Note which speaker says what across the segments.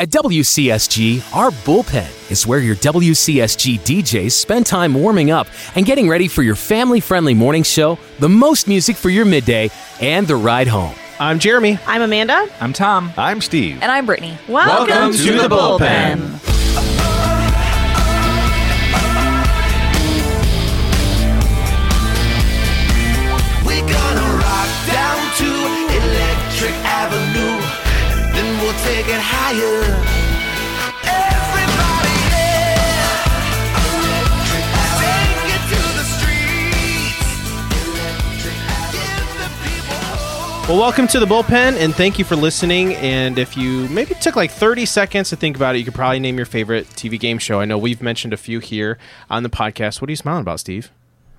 Speaker 1: At WCSG, our bullpen is where your WCSG DJs spend time warming up and getting ready for your family friendly morning show, the most music for your midday, and the ride home.
Speaker 2: I'm Jeremy.
Speaker 3: I'm Amanda.
Speaker 4: I'm Tom.
Speaker 2: I'm Steve.
Speaker 5: And I'm Brittany.
Speaker 3: Welcome,
Speaker 2: Welcome to the bullpen.
Speaker 6: We're gonna rock down to Electric Avenue, and then we'll take it higher. Everybody, yeah. Take it to the streets. Electric Avenue. Give the people hope.
Speaker 2: Well, welcome to the bullpen, and thank you for listening. And if you maybe took like 30 seconds to think about it, you could probably name your favorite TV game show. I know we've mentioned a few here on the podcast. What are you smiling about, Steve?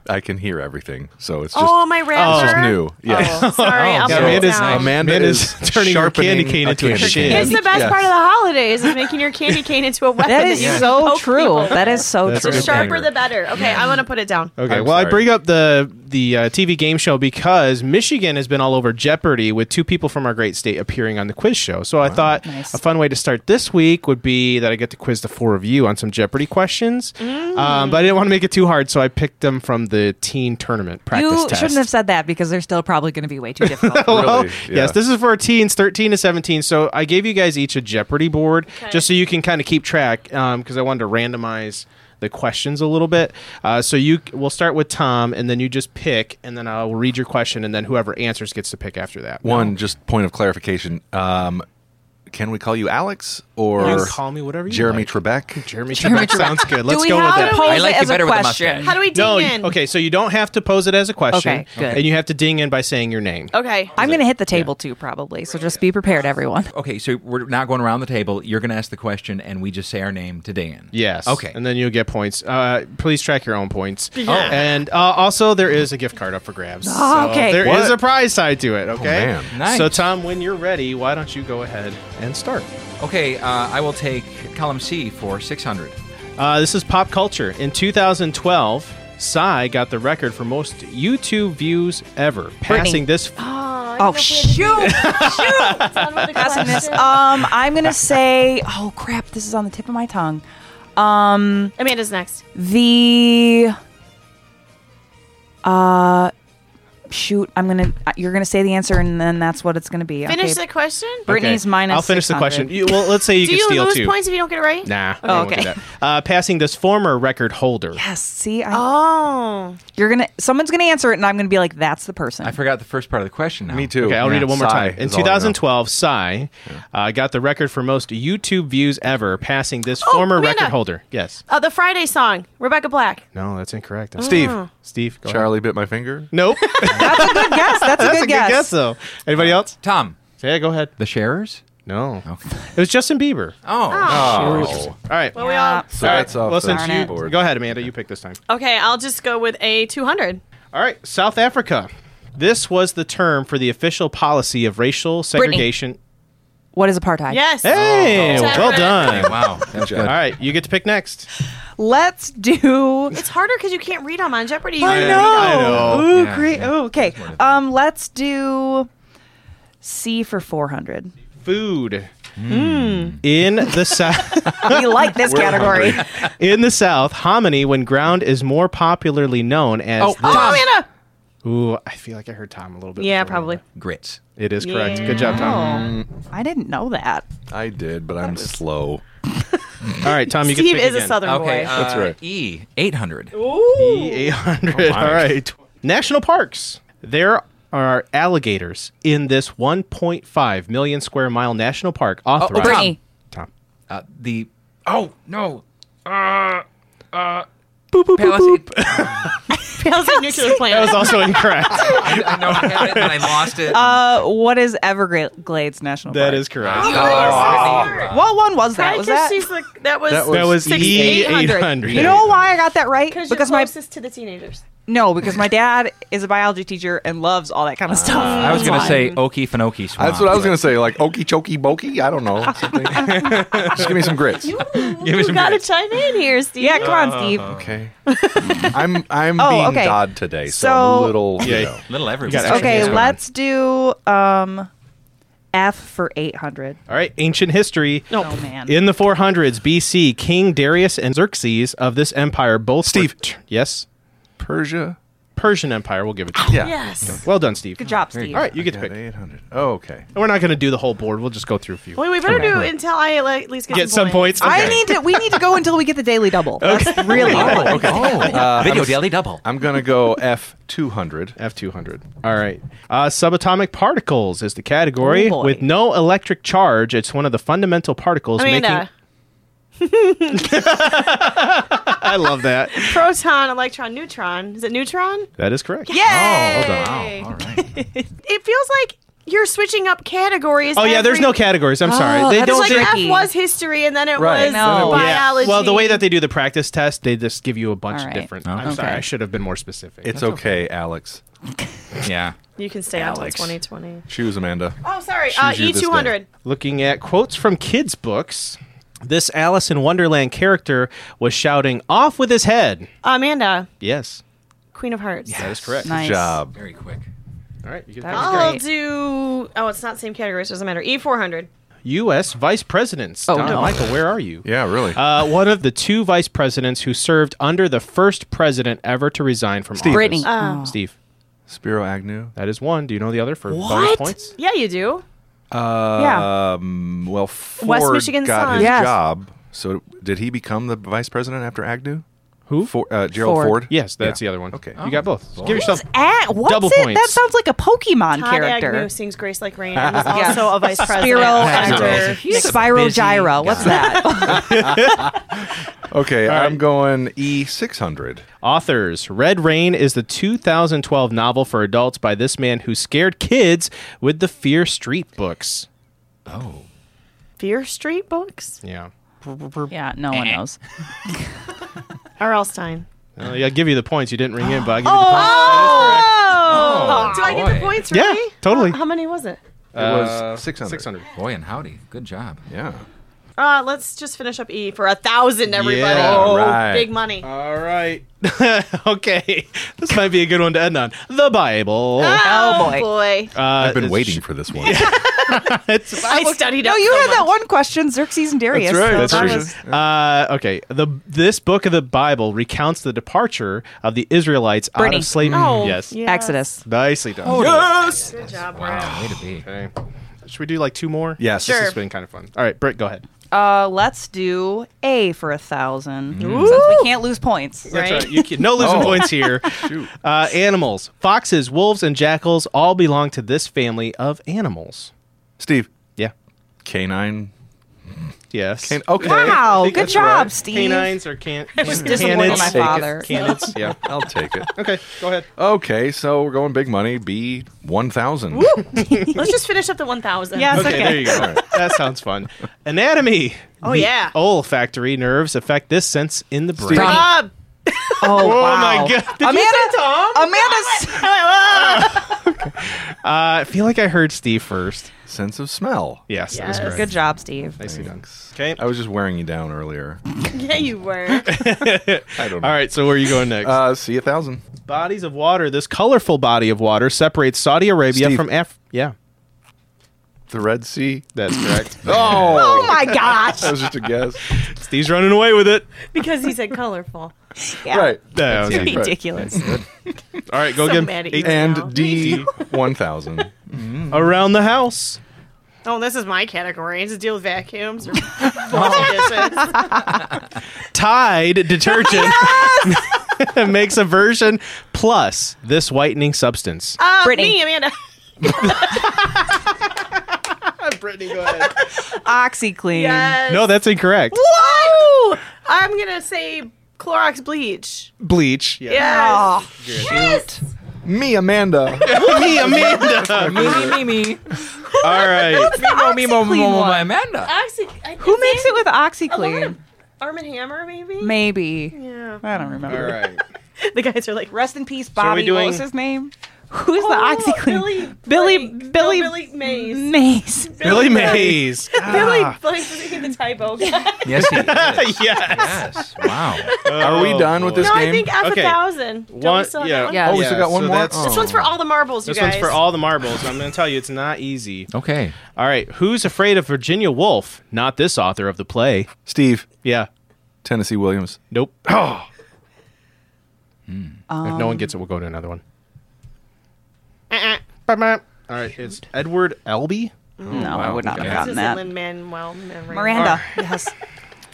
Speaker 7: I can hear everything, so it's just
Speaker 3: Oh, my
Speaker 7: it's
Speaker 3: rambler.
Speaker 7: just new. Yeah,
Speaker 3: Oh, sorry, I'll
Speaker 2: yeah,
Speaker 3: put it
Speaker 2: Amanda's-
Speaker 3: down.
Speaker 7: Amanda
Speaker 2: Man
Speaker 7: is
Speaker 2: is turning your
Speaker 7: sharpening
Speaker 2: candy cane
Speaker 7: a
Speaker 2: into a
Speaker 7: candy
Speaker 2: shin.
Speaker 7: cane.
Speaker 3: It's the best
Speaker 7: Yes.
Speaker 3: part of the holidays is making your candy cane into a weapon.
Speaker 5: That
Speaker 3: you
Speaker 5: is
Speaker 3: can
Speaker 5: so
Speaker 3: poke
Speaker 5: Oh, true.
Speaker 3: people.
Speaker 5: That is so
Speaker 2: That's
Speaker 3: the
Speaker 5: true.
Speaker 2: a good
Speaker 3: sharper
Speaker 2: banger.
Speaker 3: the better. Okay, I want to put it down.
Speaker 2: Okay,
Speaker 7: I'm
Speaker 2: well, I
Speaker 7: sorry.
Speaker 2: bring up the the uh, TV game show because Michigan has been all over Jeopardy with two people from our great state appearing on the quiz show. So I thought
Speaker 5: Nice.
Speaker 2: a fun way to start this week would be that I get to quiz the four of you on some Jeopardy questions. Um, but I didn't want to make it too hard, so I picked them from the teen tournament practice
Speaker 5: You
Speaker 2: test.
Speaker 5: shouldn't have said that because they're still probably going to be way too difficult.
Speaker 2: Well,
Speaker 7: Really? Yeah.
Speaker 2: Yes, this is for teens 13 to 17. So I gave you guys each a Jeopardy board just so you can kind of keep track because I wanted to randomize the questions a little bit. Uh, so you we'll start with Tom and then you just pick and then I'll read your question and then whoever answers gets to pick after that.
Speaker 7: One just point of clarification: um, Can we call you Alex or
Speaker 2: You can call me whatever you
Speaker 7: Jeremy
Speaker 2: like.
Speaker 7: Trebek?
Speaker 2: Jeremy Trebek sounds good. Let's
Speaker 5: Do we
Speaker 2: go with
Speaker 5: have
Speaker 2: that.
Speaker 5: to pose
Speaker 4: I like
Speaker 5: it
Speaker 4: you
Speaker 5: as a
Speaker 4: better with the
Speaker 5: question?
Speaker 4: mustache.
Speaker 3: How do we ding
Speaker 2: no, you-
Speaker 3: in?
Speaker 2: okay, so you don't have to pose it as a question.
Speaker 5: Okay, good.
Speaker 2: And you have to ding in by saying your name.
Speaker 3: Okay.
Speaker 5: I'm going to hit the table too, probably. So just be prepared, everyone.
Speaker 4: Okay, so we're not going around the table. You're going to ask the question, and we just say our name to Dan.
Speaker 2: Yes.
Speaker 4: Okay.
Speaker 2: And then you'll get points. Uh, please track your own points. And uh, also, there is a gift card up for grabs.
Speaker 5: Oh, okay.
Speaker 2: There is
Speaker 7: What?
Speaker 2: a prize side to it. Okay.
Speaker 7: man.
Speaker 4: Nice.
Speaker 2: So, Tom, when you're ready, why don't you go ahead and start?
Speaker 4: okay, uh, I will take column C for 600.
Speaker 2: Uh, this is pop culture. In 2012, Psy got the record for most YouTube views ever, passing this.
Speaker 5: Oh, shoot. Passing this. Um, I'm going to say, oh, crap. This is on the tip of my tongue.
Speaker 3: Amanda's next.
Speaker 5: The. Uh, shoot. I'm going to. You're going to say the answer, and then that's what it's going to be.
Speaker 3: Finish
Speaker 5: okay.
Speaker 3: the question.
Speaker 5: Brittany's minus
Speaker 2: I'll finish the
Speaker 5: 600.
Speaker 2: question. You, well, let's say you
Speaker 3: Do
Speaker 2: can
Speaker 3: you
Speaker 2: steal
Speaker 3: lose
Speaker 2: two.
Speaker 3: points if you don't get it right?
Speaker 2: Nah.
Speaker 5: Oh,
Speaker 2: I won't do
Speaker 5: okay.
Speaker 2: that. Uh, passing this former record holder.
Speaker 5: Yes. See, I,
Speaker 3: Oh.
Speaker 5: you're gonna. Someone's gonna answer it, and I'm gonna be like, "That's the person."
Speaker 4: I forgot the first part of the question now.
Speaker 7: Me too.
Speaker 2: Okay, I'll read it one more
Speaker 7: Psy
Speaker 2: time. In
Speaker 7: is all I know.
Speaker 2: 2012, Psy uh, got the record for most YouTube views ever, passing this former
Speaker 3: Amanda.
Speaker 2: record holder. Yes.
Speaker 3: Uh, the Friday song, Rebecca Black.
Speaker 2: No, that's incorrect.
Speaker 7: Steve,
Speaker 2: Steve, go ahead.
Speaker 7: Charlie bit my finger.
Speaker 2: Nope.
Speaker 5: That's a good guess. That's a good guess.
Speaker 2: Good guess though. Anybody else?
Speaker 4: Tom,
Speaker 2: Yeah, go ahead.
Speaker 4: the sharers?
Speaker 2: No,
Speaker 4: Oh.
Speaker 2: it was Justin Bieber.
Speaker 4: Oh.
Speaker 7: Oh,
Speaker 2: All right.
Speaker 3: Well,
Speaker 2: All
Speaker 3: we all.
Speaker 7: so that's
Speaker 2: right.
Speaker 7: off
Speaker 2: Well,
Speaker 7: the
Speaker 2: since you
Speaker 7: board.
Speaker 2: go ahead, Amanda, you pick this time.
Speaker 3: Okay, I'll just go with a 200.
Speaker 2: All right, South Africa. This was the term for the official policy of racial segregation.
Speaker 5: What is apartheid?
Speaker 3: Yes.
Speaker 2: Hey,
Speaker 3: Oh.
Speaker 2: well done.
Speaker 4: Wow. That was
Speaker 2: All
Speaker 4: good.
Speaker 2: right, you get to pick next.
Speaker 5: Let's do.
Speaker 3: It's harder because you can't read them on Jeopardy.
Speaker 5: I
Speaker 2: Yeah,
Speaker 5: know.
Speaker 2: I know.
Speaker 5: Ooh,
Speaker 4: Yeah,
Speaker 5: great.
Speaker 4: yeah.
Speaker 5: Ooh, okay. Um, let's do C for four hundred.
Speaker 2: Food. In the south.
Speaker 5: We like this category.
Speaker 2: In the South, hominy, when ground is more popularly known as.
Speaker 4: Oh, Tom.
Speaker 3: Amanda.
Speaker 2: Ooh, I feel like I heard Tom a little bit.
Speaker 3: Yeah,
Speaker 2: before.
Speaker 3: probably.
Speaker 4: Grits.
Speaker 2: It is correct. Good job, Tom.
Speaker 5: I didn't know that.
Speaker 7: I did, but I'm slow.
Speaker 2: All right, Tom, you
Speaker 3: Steve
Speaker 2: get to pick
Speaker 3: is a
Speaker 2: again.
Speaker 3: Southern
Speaker 4: Okay,
Speaker 3: boy.
Speaker 4: uh,
Speaker 7: That's right.
Speaker 4: E, 800.
Speaker 2: E800. E All right. National parks. There are alligators in this 1.5 million square mile national park authorized.
Speaker 5: Brittany.
Speaker 2: Tom.
Speaker 4: Uh, the. Oh, no. Uh, uh, boop, boop, boop, boop.
Speaker 3: Fails at nuclear
Speaker 2: That
Speaker 3: plant.
Speaker 2: was also incorrect.
Speaker 4: I, I know I had it, and I lost it.
Speaker 5: Uh, what is Everglades National Park?
Speaker 2: that is correct.
Speaker 4: Oh,
Speaker 5: What one was that? Was that?
Speaker 3: She's like, that was that
Speaker 7: That
Speaker 3: was,
Speaker 7: was-
Speaker 2: That was E
Speaker 3: 6800.
Speaker 2: E800.
Speaker 5: You know why I got that right?
Speaker 3: because
Speaker 5: Because my
Speaker 3: to the teenagers.
Speaker 5: no, because my dad is a biology teacher and loves all that kind of stuff.
Speaker 4: I was going to
Speaker 5: That's
Speaker 4: say Okie Finoki Swamp.
Speaker 7: That's what I was gonna say. Like okey chokey bokey. I don't know. Something. just give me some grits.
Speaker 3: You gotta chime in here, Steve.
Speaker 5: Yeah, come on, Steve.
Speaker 7: Okay. I'm I'm
Speaker 5: Oh,
Speaker 7: being
Speaker 5: okay.
Speaker 7: Dodd today, so,
Speaker 5: So-
Speaker 7: I'm a little.
Speaker 2: Yeah.
Speaker 7: You know.
Speaker 4: Little
Speaker 2: got
Speaker 4: everywhere.
Speaker 2: extra
Speaker 5: Okay,
Speaker 2: hands going.
Speaker 5: let's do um F for 800.
Speaker 2: All right, ancient history.
Speaker 5: No. Oh, man.
Speaker 2: In the 400s BC, King Darius and Xerxes of this empire both
Speaker 7: Steve.
Speaker 2: were- yes,
Speaker 7: Persia.
Speaker 2: Persian Empire. We'll give it. to you.
Speaker 7: Yeah.
Speaker 3: Yes.
Speaker 2: Well done, Steve.
Speaker 5: Good job, Steve.
Speaker 2: All right, you
Speaker 7: I
Speaker 2: get to
Speaker 7: got
Speaker 2: pick.
Speaker 7: 800. Oh, okay.
Speaker 2: We're not going to do the whole board. We'll just go through a few.
Speaker 3: Wait, we better do until I like, at least get,
Speaker 2: Get some points.
Speaker 5: I
Speaker 2: Okay.
Speaker 5: need to. We need to go until we get the daily double. That's really
Speaker 4: Oh,
Speaker 5: important.
Speaker 4: okay.
Speaker 7: Uh,
Speaker 4: Video Daily Double.
Speaker 7: I'm going to go F200.
Speaker 2: F two hundred. All right. Uh, subatomic particles is the category
Speaker 5: Oh, boy.
Speaker 2: with no electric charge. It's one of the fundamental particles
Speaker 3: I mean,
Speaker 2: making.
Speaker 3: uh,
Speaker 2: I love that.
Speaker 3: proton, electron, neutron. Is it neutron? Oh.
Speaker 2: That is correct.
Speaker 5: Yay!
Speaker 4: Wow, all right.
Speaker 3: It feels like you're switching up categories.
Speaker 2: Oh yeah, there's
Speaker 3: every-
Speaker 2: no categories.
Speaker 5: Oh,
Speaker 2: I'm sorry. They
Speaker 5: that's
Speaker 2: don't.
Speaker 3: It's like
Speaker 2: do-
Speaker 5: tricky.
Speaker 3: F was history, and then it
Speaker 7: Right.
Speaker 3: was
Speaker 5: No.
Speaker 2: Yeah.
Speaker 3: biology.
Speaker 2: Well, the way that they do the practice test, they just give you a bunch
Speaker 5: All
Speaker 2: of
Speaker 5: right.
Speaker 2: different.
Speaker 4: Oh.
Speaker 2: I'm sorry,
Speaker 5: Okay.
Speaker 2: I should have been more specific.
Speaker 7: It's okay, Alex.
Speaker 4: Yeah.
Speaker 3: you can stay until
Speaker 7: Alex.
Speaker 3: 2020.
Speaker 7: Choose Amanda.
Speaker 3: Oh, sorry.
Speaker 7: Choose
Speaker 3: Uh,
Speaker 7: you this
Speaker 3: E200.
Speaker 2: Looking at quotes from kids' books, this Alice in Wonderland character was shouting off with his head.
Speaker 3: Amanda,
Speaker 2: Yes,
Speaker 3: Queen of Hearts.
Speaker 2: that is correct.
Speaker 5: Nice.
Speaker 7: Good job.
Speaker 4: Very quick.
Speaker 2: All right, you can
Speaker 5: That
Speaker 2: pick.
Speaker 5: was
Speaker 3: I'll
Speaker 5: great.
Speaker 3: do. Oh, it's not same category, so it doesn't matter. E E400.
Speaker 2: U.S. Vice Presidents.
Speaker 5: Oh,
Speaker 2: Donna
Speaker 5: no.
Speaker 2: Michael, where are you?
Speaker 7: Yeah, really.
Speaker 2: Uh, one of the two vice presidents who served under the first president ever to resign from office.
Speaker 5: Brittany.
Speaker 2: Steve.
Speaker 7: Spiro Agnew.
Speaker 2: That is one. Do you know the other for bonus
Speaker 5: What?
Speaker 2: points?
Speaker 3: Yeah, you do.
Speaker 5: yeah.
Speaker 7: Um, well, Ford
Speaker 3: West Michigan
Speaker 7: got
Speaker 3: Sun.
Speaker 7: his
Speaker 5: Yes.
Speaker 7: job. So did he become the vice president after Agnew?
Speaker 2: Who?
Speaker 7: For, uh, Gerald
Speaker 5: Ford.
Speaker 7: Ford.
Speaker 2: Yes, that's
Speaker 7: Yeah.
Speaker 2: the other one.
Speaker 7: Okay.
Speaker 2: You got both. Give yourself.
Speaker 5: At, what's
Speaker 2: Double
Speaker 5: it? That
Speaker 2: points.
Speaker 5: sounds like a Pokemon
Speaker 3: Todd
Speaker 5: character.
Speaker 3: Agnew sings Grace Like Rain. and He's also a vice president.
Speaker 5: Spiro
Speaker 3: after-
Speaker 5: Agnew.
Speaker 4: He's a
Speaker 5: Spyro
Speaker 4: busy guy.
Speaker 5: Gyro. What's that?
Speaker 7: Okay,
Speaker 2: right.
Speaker 7: I'm going E E600.
Speaker 2: Authors. Red Rain is the 2012 novel for adults by this man who scared kids with the Fear Street books.
Speaker 4: Oh.
Speaker 3: Fear Street books?
Speaker 2: Yeah.
Speaker 5: yeah, no one knows.
Speaker 3: R.L. Stein.
Speaker 2: Uh, yeah, I'll give you the points. You didn't ring in, but I'll give you the points.
Speaker 3: Oh!
Speaker 4: Oh,
Speaker 3: do I get the
Speaker 4: boy.
Speaker 3: points,
Speaker 2: Yeah,
Speaker 3: really?
Speaker 2: totally.
Speaker 3: How many was it?
Speaker 7: It was 600.
Speaker 2: 600.
Speaker 4: Boy and howdy. Good job.
Speaker 7: Yeah.
Speaker 3: Uh, let's just finish up E for a thousand, everybody.
Speaker 2: Yeah,
Speaker 3: Oh,
Speaker 7: right.
Speaker 3: Big money.
Speaker 2: All right. okay. This might be a good one to end on. The Bible.
Speaker 3: Ah!
Speaker 2: Uh,
Speaker 5: Oh,
Speaker 3: boy.
Speaker 5: boy.
Speaker 7: I've been waiting for this one. That's
Speaker 2: It's
Speaker 3: I E studied
Speaker 5: No,
Speaker 3: up
Speaker 5: you
Speaker 3: so
Speaker 5: had that
Speaker 3: much.
Speaker 5: one question, Xerxes and Darius. so that
Speaker 7: true.
Speaker 5: was-
Speaker 2: Uh, okay. The this book of the Bible recounts the departure of the Israelites out
Speaker 5: Brittany.
Speaker 2: of slavery. Mm-hmm.
Speaker 3: Oh,
Speaker 2: yes.
Speaker 3: yeah.
Speaker 5: Exodus.
Speaker 2: Nicely done.
Speaker 3: Good job, Brad.
Speaker 4: Wow. Way to be.
Speaker 2: Okay. Should we do like two more?
Speaker 7: Yes.
Speaker 2: This
Speaker 3: Sure.
Speaker 2: has been kind of fun. All right, Britt, go ahead.
Speaker 5: Uh, let's do A for a thousand. Since we can't lose points.
Speaker 2: That's
Speaker 3: Right?
Speaker 2: right. You can- no losing
Speaker 7: Oh.
Speaker 2: points here.
Speaker 7: Shoot.
Speaker 2: Uh, animals. Foxes, wolves, and jackals all belong to this family of animals.
Speaker 7: Steve,
Speaker 2: Yeah.
Speaker 7: canine.
Speaker 2: Yes.
Speaker 7: Can- okay.
Speaker 2: I
Speaker 5: Wow,
Speaker 2: think
Speaker 5: Oh, good
Speaker 2: that's
Speaker 5: job,
Speaker 2: right.
Speaker 5: Steve.
Speaker 2: Canines or can- I
Speaker 5: was disappointed in my father.
Speaker 2: Canids. Yeah.
Speaker 7: I'll take it.
Speaker 2: Okay, go ahead.
Speaker 7: Okay, so we're going big money. B1000.
Speaker 3: Let's just finish up the 1,000.
Speaker 5: Yes.
Speaker 2: Okay,
Speaker 5: Okay.
Speaker 2: there you go. that sounds fun. Anatomy.
Speaker 3: Oh,
Speaker 2: The
Speaker 3: yeah.
Speaker 2: Olfactory nerves affect this sense in the brain.
Speaker 5: Tom.
Speaker 3: Bob.
Speaker 5: Oh,
Speaker 2: my
Speaker 5: wow.
Speaker 2: God. Did you
Speaker 5: Amanda,
Speaker 2: say Tom?
Speaker 5: Amanda's.
Speaker 2: Uh, I feel like I heard Steve first.
Speaker 7: Sense of smell.
Speaker 2: Yes, that is
Speaker 3: Yes.
Speaker 2: correct.
Speaker 5: Good job, Steve.
Speaker 2: Nicely done.
Speaker 7: Thanks.
Speaker 2: Okay.
Speaker 7: I was just wearing you down earlier.
Speaker 3: Yeah, you were.
Speaker 7: I don't know.
Speaker 2: All right, so where are you going next?
Speaker 7: Uh, see a thousand.
Speaker 2: Bodies of water. This colorful body of water separates Saudi Arabia
Speaker 7: Steve.
Speaker 2: from Af. Yeah,
Speaker 7: The Red Sea.
Speaker 2: that's correct.
Speaker 7: Oh,
Speaker 5: Oh my gosh.
Speaker 7: that was just a guess.
Speaker 2: Steve's running away with it.
Speaker 3: because he said colorful.
Speaker 5: Yeah.
Speaker 7: Right.
Speaker 2: Yeah, okay.
Speaker 7: Right.
Speaker 5: Ridiculous.
Speaker 2: All right, go
Speaker 3: So
Speaker 2: again.
Speaker 3: mad at
Speaker 2: Eight-
Speaker 3: you.
Speaker 7: And D one thousand.
Speaker 2: Around the house.
Speaker 3: Oh, this is my category. It's to deal with vacuums or washing dishes.
Speaker 2: Tide detergent makes a version plus this whitening substance.
Speaker 3: Uh,
Speaker 5: Brittany.
Speaker 3: Me, Amanda.
Speaker 2: Brittany, go ahead.
Speaker 5: OxyClean.
Speaker 3: Yes.
Speaker 2: No, that's incorrect.
Speaker 3: What? I'm gonna say Clorox bleach.
Speaker 2: Bleach. Yeah.
Speaker 3: Yes.
Speaker 5: Oh,
Speaker 3: yes.
Speaker 7: Me, Amanda.
Speaker 2: Me, Amanda.
Speaker 5: me, me, me.
Speaker 2: All right.
Speaker 4: Mimo, mimo,
Speaker 5: OxyClean
Speaker 4: mimo,
Speaker 5: one.
Speaker 4: my Amanda.
Speaker 3: Oxy- I-
Speaker 5: Who
Speaker 3: is
Speaker 5: makes it with
Speaker 3: a lot of
Speaker 5: OxyClean?
Speaker 3: Arm and Hammer, maybe.
Speaker 5: Maybe.
Speaker 3: yeah.
Speaker 5: I don't remember.
Speaker 2: All right.
Speaker 3: The guys are like,
Speaker 5: Rest in peace,
Speaker 2: are we
Speaker 5: Bobby.
Speaker 2: doing-
Speaker 5: What was his name?
Speaker 3: Oh,
Speaker 5: Who's the OxyClean?
Speaker 3: Billy,
Speaker 5: Billy,
Speaker 3: Frank. No,
Speaker 5: Billy,
Speaker 3: Billy Ah. Mays.
Speaker 5: Mays.
Speaker 2: Billy Mays.
Speaker 3: Billy, Billy, he the typo. no,
Speaker 4: Yes, he is.
Speaker 2: yes.
Speaker 4: yes. Wow.
Speaker 7: Are
Speaker 2: Oh,
Speaker 7: we done with this
Speaker 3: I
Speaker 7: game?
Speaker 3: think F
Speaker 2: Okay.
Speaker 3: a thousand. Don't we
Speaker 2: One,
Speaker 3: still have that
Speaker 2: yeah.
Speaker 3: one?
Speaker 5: Yeah.
Speaker 7: Oh, we still got one
Speaker 2: so
Speaker 7: more?
Speaker 2: that's-
Speaker 7: Oh.
Speaker 3: This one's for all the marbles, you
Speaker 2: This
Speaker 3: guys.
Speaker 2: one's for all the marbles. I'm going to tell you, it's not easy.
Speaker 4: Okay.
Speaker 2: All right, who's afraid of Virginia Woolf? Not this author of the play.
Speaker 7: Steve,
Speaker 2: Yeah,
Speaker 7: Tennessee Williams.
Speaker 2: nope. Hmm. if
Speaker 3: Um,
Speaker 2: no one gets it, we'll go to another one.
Speaker 3: Uh-uh.
Speaker 2: All right, it's Edward Elby.
Speaker 5: No, I would not have
Speaker 3: This
Speaker 5: gotten
Speaker 3: is
Speaker 5: that.
Speaker 3: Lin Manuel
Speaker 5: Miranda. Yes.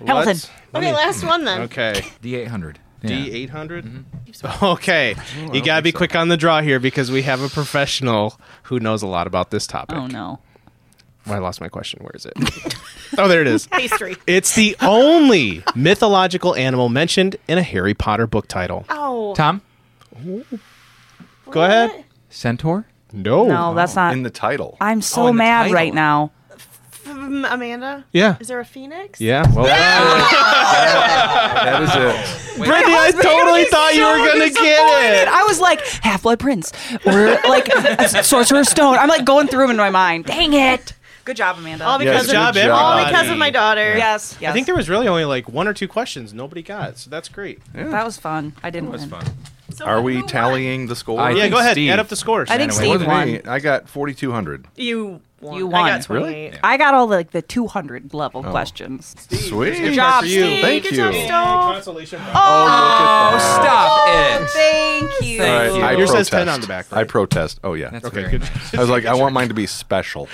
Speaker 5: Hamilton.
Speaker 2: What?
Speaker 3: Okay, last one then.
Speaker 2: Okay.
Speaker 4: D800. Yeah.
Speaker 2: D eight hundred. Okay, you gotta be quick on the draw here because we have a professional who knows a lot about this topic.
Speaker 5: Oh no.
Speaker 2: Well, I lost my question. Where is it? oh, there it is.
Speaker 3: Pastry.
Speaker 2: It's the only mythological animal mentioned in a Harry Potter book title.
Speaker 3: Oh.
Speaker 4: Tom?
Speaker 2: Go ahead.
Speaker 4: Centaur?
Speaker 2: No.
Speaker 3: Oh,
Speaker 5: No, that's not.
Speaker 7: In the title.
Speaker 5: I'm
Speaker 4: Oh,
Speaker 5: so
Speaker 4: in the
Speaker 5: mad
Speaker 4: title.
Speaker 5: right now.
Speaker 3: Um, Amanda?
Speaker 2: Yeah.
Speaker 3: Is there a phoenix?
Speaker 2: Yeah. Well,
Speaker 7: That is it.
Speaker 2: Brittany, I totally thought you were gonna get it.
Speaker 5: I was like Half Blood Prince or like Sorcerer's Stone. I'm like going through them in my mind. Dang it! Good job, Amanda.
Speaker 3: All because,
Speaker 2: Good job,
Speaker 3: of, all
Speaker 2: everybody.
Speaker 3: because of my daughter.
Speaker 5: yes, yes.
Speaker 2: I think there was really only like one or two questions nobody got, so that's great.
Speaker 5: that was fun. I didn't win.
Speaker 3: So
Speaker 7: Are
Speaker 3: who
Speaker 7: we
Speaker 3: won?
Speaker 7: tallying the score?
Speaker 4: I
Speaker 2: Yeah,
Speaker 4: think
Speaker 2: go ahead.
Speaker 4: Steve-
Speaker 2: Add up the scores.
Speaker 5: I think
Speaker 4: Ran away
Speaker 5: Steve
Speaker 4: with
Speaker 5: won.
Speaker 7: Me, I got 4,200.
Speaker 3: You won.
Speaker 5: You
Speaker 3: I
Speaker 5: won.
Speaker 3: got 28.
Speaker 5: I got all like the 200 level questions.
Speaker 7: Sweet.
Speaker 2: Good job for you.
Speaker 3: Steve.
Speaker 7: Thank
Speaker 3: Good
Speaker 7: you.
Speaker 3: job, Stone.
Speaker 4: Oh, stop it.
Speaker 5: Thank you.
Speaker 4: Thank
Speaker 7: All right,
Speaker 4: you.
Speaker 7: I
Speaker 2: Yours says
Speaker 7: protest.
Speaker 2: 10 on the back, right?
Speaker 7: I protest. Oh, yeah.
Speaker 4: That's
Speaker 2: Okay,
Speaker 4: very
Speaker 2: good.
Speaker 4: nice.
Speaker 7: I was like, I want mine to be special.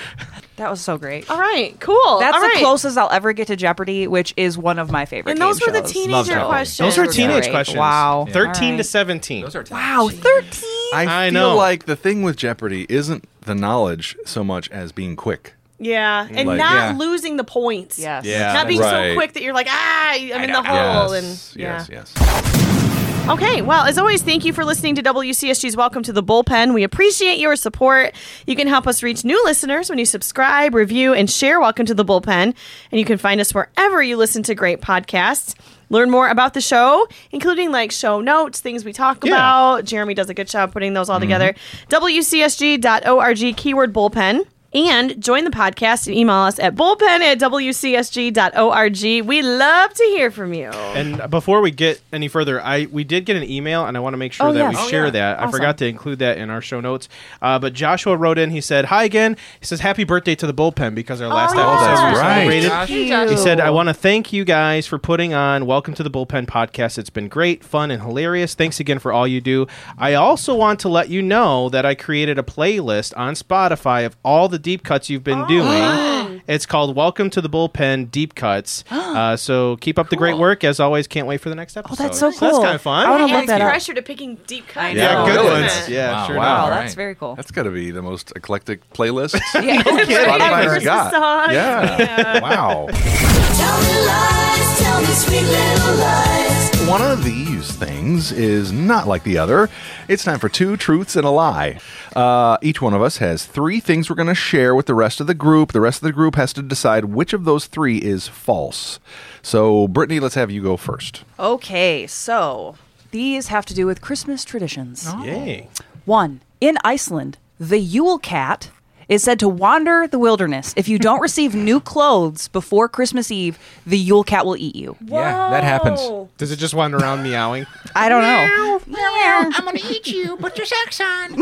Speaker 5: That was so great.
Speaker 3: All right, cool.
Speaker 5: That's
Speaker 3: Oh, All right.
Speaker 5: the closest I'll ever get to Jeopardy, which is one of my favorite.
Speaker 3: And those
Speaker 5: game
Speaker 3: were the
Speaker 5: shows.
Speaker 2: Love
Speaker 3: teenager
Speaker 2: Jeopardy.
Speaker 3: questions.
Speaker 2: Those were teenage
Speaker 5: Great.
Speaker 2: questions.
Speaker 5: Wow. Yeah.
Speaker 2: 13
Speaker 5: All
Speaker 2: to
Speaker 5: right.
Speaker 2: 17.
Speaker 4: Those are tough.
Speaker 5: Wow, 13.
Speaker 7: I,
Speaker 2: I
Speaker 7: feel
Speaker 2: know.
Speaker 7: like the thing with Jeopardy isn't the knowledge so much as being quick.
Speaker 3: Yeah, and
Speaker 7: Like-
Speaker 3: not
Speaker 4: Yeah.
Speaker 3: losing the points.
Speaker 5: Yes.
Speaker 2: Yeah.
Speaker 3: Not being
Speaker 7: Right.
Speaker 3: so quick that you're like, ah, I'm in the hole.
Speaker 7: Yes,
Speaker 3: and yeah.
Speaker 7: yes, yes.
Speaker 3: Okay, well, as always, thank you for listening to WCSG's Welcome to the Bullpen. We appreciate your support. You can help us reach new listeners when you subscribe, review, and share Welcome to the Bullpen. And you can find us wherever you listen to great podcasts. Learn more about the show, including like show notes, things we talk
Speaker 2: Yeah.
Speaker 3: about. Jeremy does a good job putting those all together. WCSG.org, keyword bullpen. And join the podcast and email us at bullpen at WCSG.org. We love to hear from you.
Speaker 2: And before we get any further, I we did get an email, and I want to make sure
Speaker 5: Oh,
Speaker 2: that
Speaker 5: yes.
Speaker 2: we
Speaker 5: Oh,
Speaker 2: share
Speaker 5: yeah.
Speaker 2: that. I
Speaker 5: Awesome.
Speaker 2: forgot to include that in our show notes. Uh, but Joshua wrote in. He said, "Hi again." He says, "Happy birthday to the bullpen because our last
Speaker 3: yeah.
Speaker 2: episode
Speaker 7: Oh,
Speaker 2: was
Speaker 7: that's right.
Speaker 2: celebrated."
Speaker 4: Josh.
Speaker 5: Thank
Speaker 3: He
Speaker 2: He
Speaker 5: you.
Speaker 2: said, I want to thank you guys for putting on Welcome to the Bullpen podcast. It's been great, fun, and hilarious. Thanks again for all you do. I also want to let you know that I created a playlist on Spotify of all the deep cuts you've been doing. It's called Welcome to the Bullpen Deep Cuts. uh, so keep up the great work. As always, can't wait for the next episode.
Speaker 5: Oh, that's so cool.
Speaker 2: That's kind of fun.
Speaker 5: I want to look
Speaker 3: adds
Speaker 5: that up.
Speaker 3: pressure to picking deep cuts.
Speaker 2: yeah,
Speaker 7: Oh,
Speaker 2: good
Speaker 7: really?
Speaker 2: ones. Yeah,
Speaker 4: Wow,
Speaker 2: sure.
Speaker 4: wow.
Speaker 2: enough.
Speaker 5: Wow,
Speaker 4: All
Speaker 5: that's
Speaker 4: right.
Speaker 5: very cool.
Speaker 7: That's got to be the most eclectic playlist
Speaker 5: yeah.
Speaker 7: Spotify's
Speaker 3: Versus
Speaker 7: got.
Speaker 3: songs.
Speaker 7: Yeah. wow.
Speaker 8: Tell me lies, tell me sweet little lies.
Speaker 7: One of these things is not like the other. It's time for two truths and a lie. Uh, each one of us has three things we're going to share with the rest of the group. The rest of the group has to decide which of those three is false. So, Brittany, let's have you go first.
Speaker 5: Okay, so these have to do with Christmas traditions.
Speaker 2: Yay.
Speaker 5: One, in Iceland, the Yule cat is said to wander the wilderness. If you don't receive new clothes before Christmas Eve, the Yule cat will eat you.
Speaker 4: Yeah, that happens.
Speaker 3: Whoa.
Speaker 2: Does it just wander around meowing?
Speaker 5: I don't know.
Speaker 9: I'm gonna eat you. Put your socks on.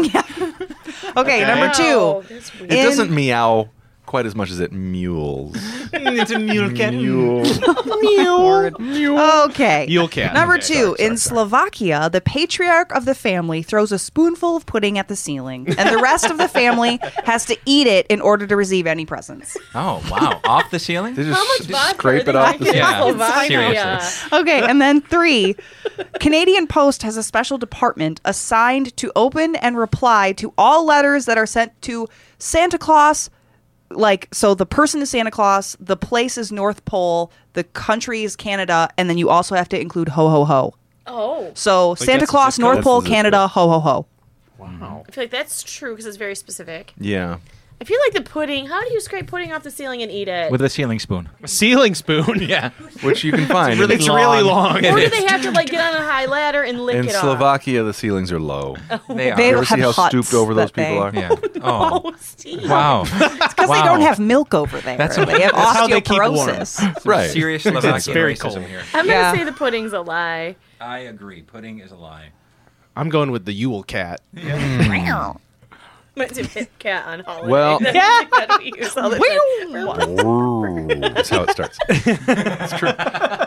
Speaker 5: Okay, number
Speaker 3: Wow,
Speaker 5: two.
Speaker 3: that's weird.
Speaker 7: It
Speaker 5: In-
Speaker 7: doesn't meow quite as much as it mules.
Speaker 2: it's a mule cat.
Speaker 7: Mule.
Speaker 5: Okay.
Speaker 2: Yule cat.
Speaker 5: Number
Speaker 2: Okay,
Speaker 5: two. in Slovakia, the patriarch of the family throws a spoonful of pudding at the ceiling, and the rest of the family has to eat it in order to receive any presents.
Speaker 4: Oh, wow. Off the ceiling?
Speaker 7: They
Speaker 3: How much
Speaker 7: just
Speaker 3: vodka
Speaker 7: scrape
Speaker 3: are
Speaker 7: it
Speaker 3: they
Speaker 7: off the
Speaker 3: drinking?
Speaker 4: Yeah,
Speaker 3: Slovakia.
Speaker 4: seriously.
Speaker 5: Okay, and then three, Canadian Post has a special department assigned to open and reply to all letters that are sent to Santa Claus. Like, so the person is Santa Claus, the place is North Pole, the country is Canada, and then you also have to include ho ho ho.
Speaker 3: Oh,
Speaker 5: So Santa
Speaker 2: that's
Speaker 5: Claus,
Speaker 2: zip
Speaker 5: North
Speaker 7: code.
Speaker 5: Pole,
Speaker 7: That's the zip
Speaker 5: Canada, ho ho ho.
Speaker 3: I feel like that's true because it's very specific.
Speaker 7: Yeah.
Speaker 3: I feel like the pudding. How do you scrape pudding off the ceiling and eat it?
Speaker 4: with a ceiling spoon.
Speaker 2: Ceiling spoon.
Speaker 4: Yeah.
Speaker 7: which you can find.
Speaker 2: really It's really long.
Speaker 4: It
Speaker 3: or do
Speaker 4: is.
Speaker 3: they have to like get on a high ladder and lick
Speaker 7: in
Speaker 3: it
Speaker 7: Slovakia, the ceilings are low.
Speaker 4: They are.
Speaker 5: They
Speaker 7: You ever see
Speaker 5: have
Speaker 7: how
Speaker 5: huts
Speaker 7: stooped over those people
Speaker 5: that they-
Speaker 7: are?
Speaker 4: yeah. Oh.
Speaker 3: off? Oh, Steve.
Speaker 4: Wow.
Speaker 5: Because they
Speaker 4: Wow.
Speaker 5: don't have milk over there.
Speaker 4: That's
Speaker 5: That's
Speaker 4: what-
Speaker 5: they have
Speaker 2: that's how they keep warm.
Speaker 5: osteoporosis.
Speaker 7: Right.
Speaker 4: Serious Slovakian
Speaker 2: very
Speaker 4: racism
Speaker 2: cold.
Speaker 4: here.
Speaker 3: I'm
Speaker 5: Yeah.
Speaker 3: gonna say the pudding's a lie.
Speaker 4: I agree. Pudding is a lie.
Speaker 2: I'm going with the Yule cat.
Speaker 3: Went to Pit Cat on holiday.
Speaker 7: Well-
Speaker 3: yeah. we use all the time.
Speaker 7: Ooh, That's how it starts. it's true.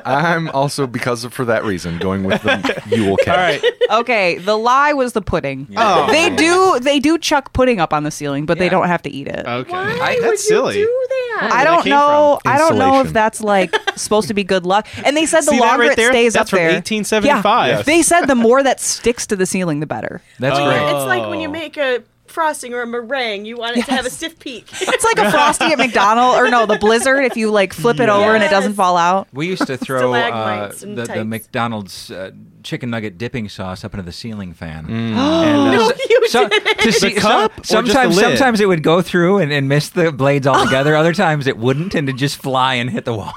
Speaker 7: I'm also because of for that reason going with the Yule cat.
Speaker 2: All right.
Speaker 5: okay, the lie was the pudding.
Speaker 4: Oh.
Speaker 5: They do they do chuck pudding up on the ceiling, but they
Speaker 4: Yeah.
Speaker 5: don't have to eat it.
Speaker 2: Okay.
Speaker 3: Why
Speaker 4: I-
Speaker 3: would
Speaker 2: that's
Speaker 3: you
Speaker 2: silly.
Speaker 3: do that?
Speaker 5: I
Speaker 2: that
Speaker 5: don't
Speaker 2: Uh, came
Speaker 5: know.
Speaker 7: from?
Speaker 5: I don't know if
Speaker 7: Insulation.
Speaker 5: that's like supposed to be good luck. And they said the
Speaker 2: See that
Speaker 5: longer
Speaker 2: right
Speaker 5: it
Speaker 2: there?
Speaker 5: stays
Speaker 2: That's
Speaker 5: up
Speaker 2: from
Speaker 5: there,
Speaker 2: 1875.
Speaker 5: Yeah,
Speaker 2: Yes.
Speaker 5: they said the more that sticks to the ceiling, the better.
Speaker 2: Uh,
Speaker 4: That's
Speaker 3: Yeah,
Speaker 4: great.
Speaker 3: It's like when you make a frosting or a meringue, you want it to have a stiff peak.
Speaker 5: It's like a frosty at McDonald's, or no, the blizzard. If you like flip it over and it doesn't
Speaker 3: Yes.
Speaker 5: fall out.
Speaker 4: We used to throw uh,
Speaker 3: Stalagmites and
Speaker 4: the, the
Speaker 3: tights.
Speaker 4: McDonald's uh, chicken nugget dipping sauce up into the ceiling fan. And, uh, so-
Speaker 3: you
Speaker 4: so- to see- so-
Speaker 2: Mm. cup or just the
Speaker 4: sometimes,
Speaker 2: lid?
Speaker 4: sometimes it would go through and, and miss the blades altogether. Other times it wouldn't, and it'd just fly and hit the wall.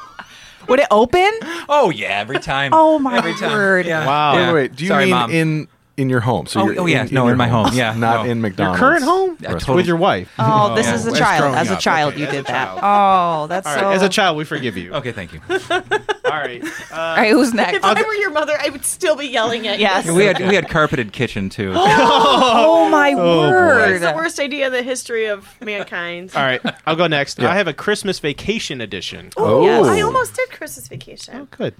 Speaker 5: Would it open?
Speaker 4: Oh yeah, every time.
Speaker 5: Oh my
Speaker 4: every time.
Speaker 5: word.
Speaker 4: Yeah.
Speaker 2: Wow.
Speaker 7: Wait,
Speaker 4: Oh,
Speaker 7: wait,
Speaker 4: Yeah.
Speaker 7: wait, do you
Speaker 4: Sorry,
Speaker 7: mean
Speaker 4: Mom.
Speaker 7: in in your home? So
Speaker 4: Oh,
Speaker 7: you're
Speaker 4: oh, yeah,
Speaker 7: in,
Speaker 4: no,
Speaker 7: in
Speaker 4: in my
Speaker 7: your
Speaker 4: home, yeah,
Speaker 7: not
Speaker 4: no.
Speaker 7: in
Speaker 4: Your
Speaker 7: McDonald's.
Speaker 2: Current home
Speaker 4: Yeah,
Speaker 7: Restaurant.
Speaker 4: totally.
Speaker 2: with your wife.
Speaker 5: Oh, this is a
Speaker 4: As
Speaker 5: child.
Speaker 4: growing
Speaker 5: As a
Speaker 4: up,
Speaker 5: child, you
Speaker 2: as
Speaker 5: did
Speaker 2: a
Speaker 5: that.
Speaker 2: child.
Speaker 5: Oh, that's
Speaker 2: All
Speaker 5: so.
Speaker 2: right. As a child, we forgive you.
Speaker 4: Okay, thank you.
Speaker 2: All right. Uh,
Speaker 5: All right, who's next?
Speaker 3: If I were your mother, I would still be yelling at
Speaker 5: Yes.
Speaker 3: you.
Speaker 4: we had we had carpeted kitchen too.
Speaker 5: Oh my
Speaker 3: It's
Speaker 5: word!
Speaker 3: the worst idea in the history of mankind.
Speaker 2: all right. I'll go next. I have a Christmas vacation edition.
Speaker 7: Oh,
Speaker 5: Yes.
Speaker 3: I almost did Christmas vacation.
Speaker 2: Good.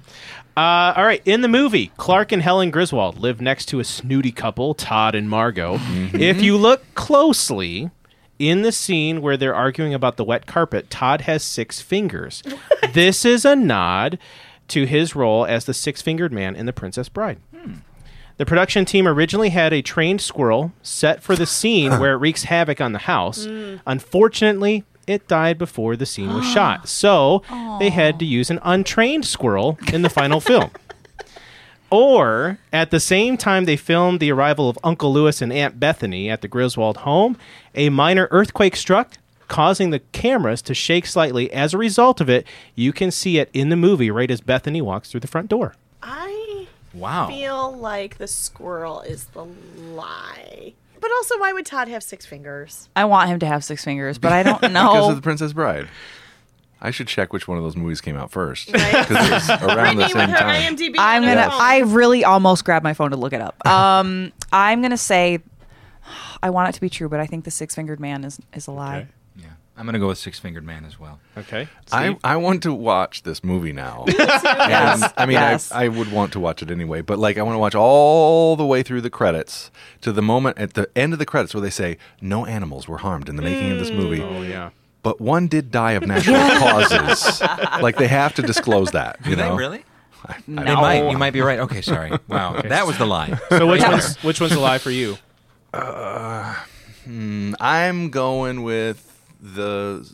Speaker 2: Uh, all right. In the movie, Clark and Helen Griswold live next to a snooty couple, Todd and Margot. If you look closely, in the scene where they're arguing about the wet carpet, Todd has six fingers. This is a nod to his role as the six fingered man in The Princess Bride. The production team originally had a trained squirrel set for the scene where it wreaks havoc on the house. Unfortunately, it died before the scene was shot. So they had to use an untrained squirrel in the final film. Or at the same time they filmed the arrival of Uncle Lewis and Aunt Bethany at the Griswold home, a minor earthquake struck, causing the cameras to shake slightly. As a result of it, you can see it in the movie right as Bethany walks through the front door.
Speaker 3: I
Speaker 4: Wow.
Speaker 3: feel like the squirrel is the lie. But also, why would Todd have six fingers?
Speaker 5: I want him to have six fingers, but I don't
Speaker 7: Because of
Speaker 5: know.
Speaker 7: the Princess Bride. I should check which one of those movies came out first.
Speaker 3: Right.
Speaker 7: Because it was around the
Speaker 3: Brittany with
Speaker 7: same
Speaker 3: her
Speaker 7: time.
Speaker 3: IMDb.
Speaker 5: I'm
Speaker 3: on her
Speaker 5: gonna.
Speaker 3: phone.
Speaker 5: I really almost grabbed my phone to look it up. Um, I'm gonna say, I want it to be true, but I think the six fingered man is is a lie.
Speaker 4: Yeah. I'm gonna go with Six Fingered Man as well.
Speaker 2: Okay.
Speaker 7: I,
Speaker 2: Steve?
Speaker 7: I want to watch this movie now.
Speaker 5: Yes.
Speaker 7: I mean,
Speaker 5: Yes.
Speaker 7: I, I would want to watch it anyway, but like, I want to watch all the way through the credits to the moment at the end of the credits where they say no animals were harmed in the making of this movie.
Speaker 2: oh, yeah.
Speaker 7: But one did die of natural causes. Like they have to disclose that. You
Speaker 4: Do they
Speaker 7: know?
Speaker 4: really?
Speaker 7: I-
Speaker 4: They might. You might be right. Okay, sorry. Wow, that was the lie.
Speaker 2: So which one's which one's a lie for you?
Speaker 7: I'm going with the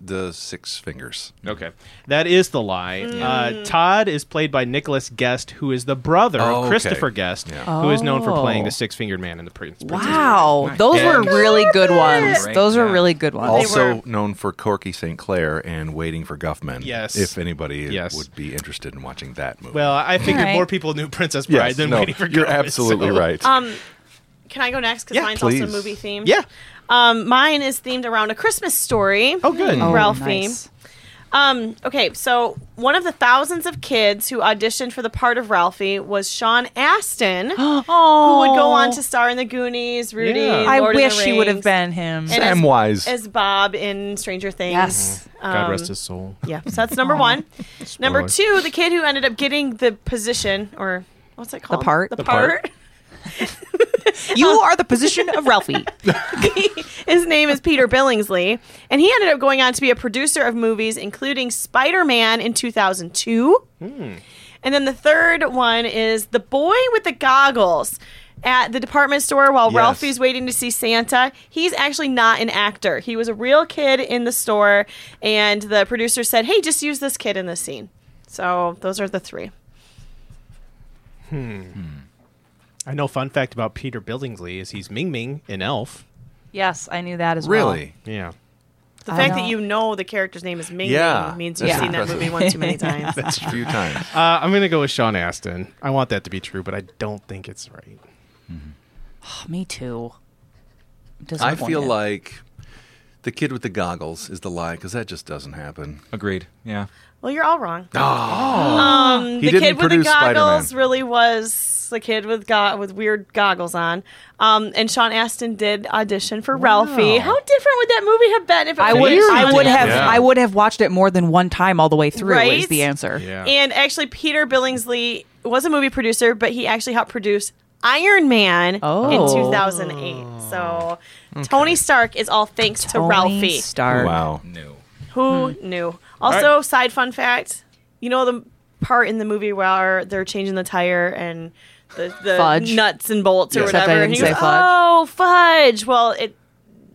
Speaker 7: the six fingers.
Speaker 2: Okay, that is the lie.
Speaker 10: Mm.
Speaker 2: Uh, Todd is played by Nicholas Guest, who is the brother
Speaker 7: Oh, okay.
Speaker 2: of Christopher Guest,
Speaker 7: Yeah.
Speaker 2: who is known for playing
Speaker 5: Oh.
Speaker 2: the Six Fingered Man in the Prince.
Speaker 5: Wow,
Speaker 4: Nice.
Speaker 5: those
Speaker 4: Yeah.
Speaker 5: were really good ones.
Speaker 4: Great,
Speaker 5: Those were
Speaker 4: yeah.
Speaker 5: really good ones.
Speaker 7: also
Speaker 3: were-
Speaker 7: known for Corky St. Clair and Waiting for Guffman.
Speaker 2: Yes.
Speaker 7: If anybody
Speaker 2: Yes.
Speaker 7: would be interested in watching that movie.
Speaker 2: Well, I figured
Speaker 5: Alright.
Speaker 2: more people knew Princess Bride than
Speaker 7: no,
Speaker 2: waiting for
Speaker 7: You're
Speaker 2: Gomez,
Speaker 7: absolutely
Speaker 2: so-
Speaker 7: right.
Speaker 3: Um, can I go next? Because
Speaker 7: Yeah,
Speaker 3: mine's
Speaker 7: please.
Speaker 3: also movie themed.
Speaker 2: Yeah.
Speaker 3: Um, mine is themed around a Christmas story.
Speaker 2: Oh, good.
Speaker 5: Oh,
Speaker 3: Ralphie.
Speaker 5: nice.
Speaker 3: Um, okay, so one of the thousands of kids who auditioned for the part of Ralphie was Sean Astin, who would go on to star in The Goonies, Rudy.
Speaker 2: Yeah.
Speaker 5: I
Speaker 3: Lord of the
Speaker 5: wish he would have
Speaker 3: Rings,
Speaker 5: been him.
Speaker 3: and as-
Speaker 7: Samwise.
Speaker 3: As, Bob in Stranger Things.
Speaker 5: Yes.
Speaker 2: God
Speaker 10: Um,
Speaker 2: rest his soul.
Speaker 3: Yeah, so that's number one. Number
Speaker 2: Spoiler.
Speaker 3: two, the kid who ended up getting the position, or what's it called?
Speaker 5: part?
Speaker 3: The,
Speaker 5: The
Speaker 3: part.
Speaker 5: you are the position of Ralphie.
Speaker 3: His name is Peter Billingsley, and he ended up going on to be a producer of movies, including Spider Man in 2002. And then the third one is The Boy with the Goggles. At the department store while
Speaker 7: Yes.
Speaker 3: Ralphie's waiting to see Santa, he's actually not an actor. He was a real kid in the store, and the producer said, Hey, just use this kid in this scene. So those are the three.
Speaker 2: I know. Fun fact about Peter Billingsley is he's Ming Ming in Elf.
Speaker 5: Yes, I knew that as well.
Speaker 7: Really?
Speaker 2: Yeah.
Speaker 3: The
Speaker 5: I
Speaker 3: fact
Speaker 5: know.
Speaker 3: that you know the character's name is Ming
Speaker 7: Yeah,
Speaker 3: Ming means you've
Speaker 5: that's
Speaker 3: seen that
Speaker 7: impressive.
Speaker 3: movie one too many times.
Speaker 7: That's a few times.
Speaker 2: Uh, I'm gonna go with Sean Astin. I want that to be true, but I don't think it's right.
Speaker 10: Oh, Me too.
Speaker 7: I feel
Speaker 10: Disappointed.
Speaker 7: like the kid with the goggles is the lie because that just doesn't happen.
Speaker 4: Agreed. Yeah.
Speaker 3: Well, you're all wrong. Um, the
Speaker 7: Ah. didn't
Speaker 3: kid with the
Speaker 7: produce
Speaker 3: goggles
Speaker 7: Spider-Man.
Speaker 3: really was the kid with go- with weird goggles on. Um, and Sean Astin did audition for Ralphie. How different would that movie have been if it
Speaker 10: I
Speaker 3: was
Speaker 10: would.
Speaker 3: Sean
Speaker 10: I would
Speaker 3: Astin?
Speaker 10: have.
Speaker 7: Yeah.
Speaker 10: I would have watched it more than one time all the way through. Is
Speaker 3: Right?
Speaker 10: the answer?
Speaker 2: Yeah.
Speaker 3: And actually, Peter Billingsley was a movie producer, but he actually helped produce Iron Man
Speaker 10: Oh.
Speaker 3: in 2008. So
Speaker 7: Oh.
Speaker 3: Tony Stark is all thanks to
Speaker 10: Tony
Speaker 3: Ralphie.
Speaker 10: Stark.
Speaker 7: Wow.
Speaker 4: No.
Speaker 3: Who knew? Also, side fun fact: you know the part in the movie where they're changing the tire and the, the
Speaker 10: Fudge.
Speaker 3: nuts and bolts or
Speaker 10: Yes. Except I
Speaker 3: whatever. and
Speaker 10: didn't say
Speaker 3: he goes,
Speaker 10: fudge.
Speaker 3: Oh, fudge! Well, it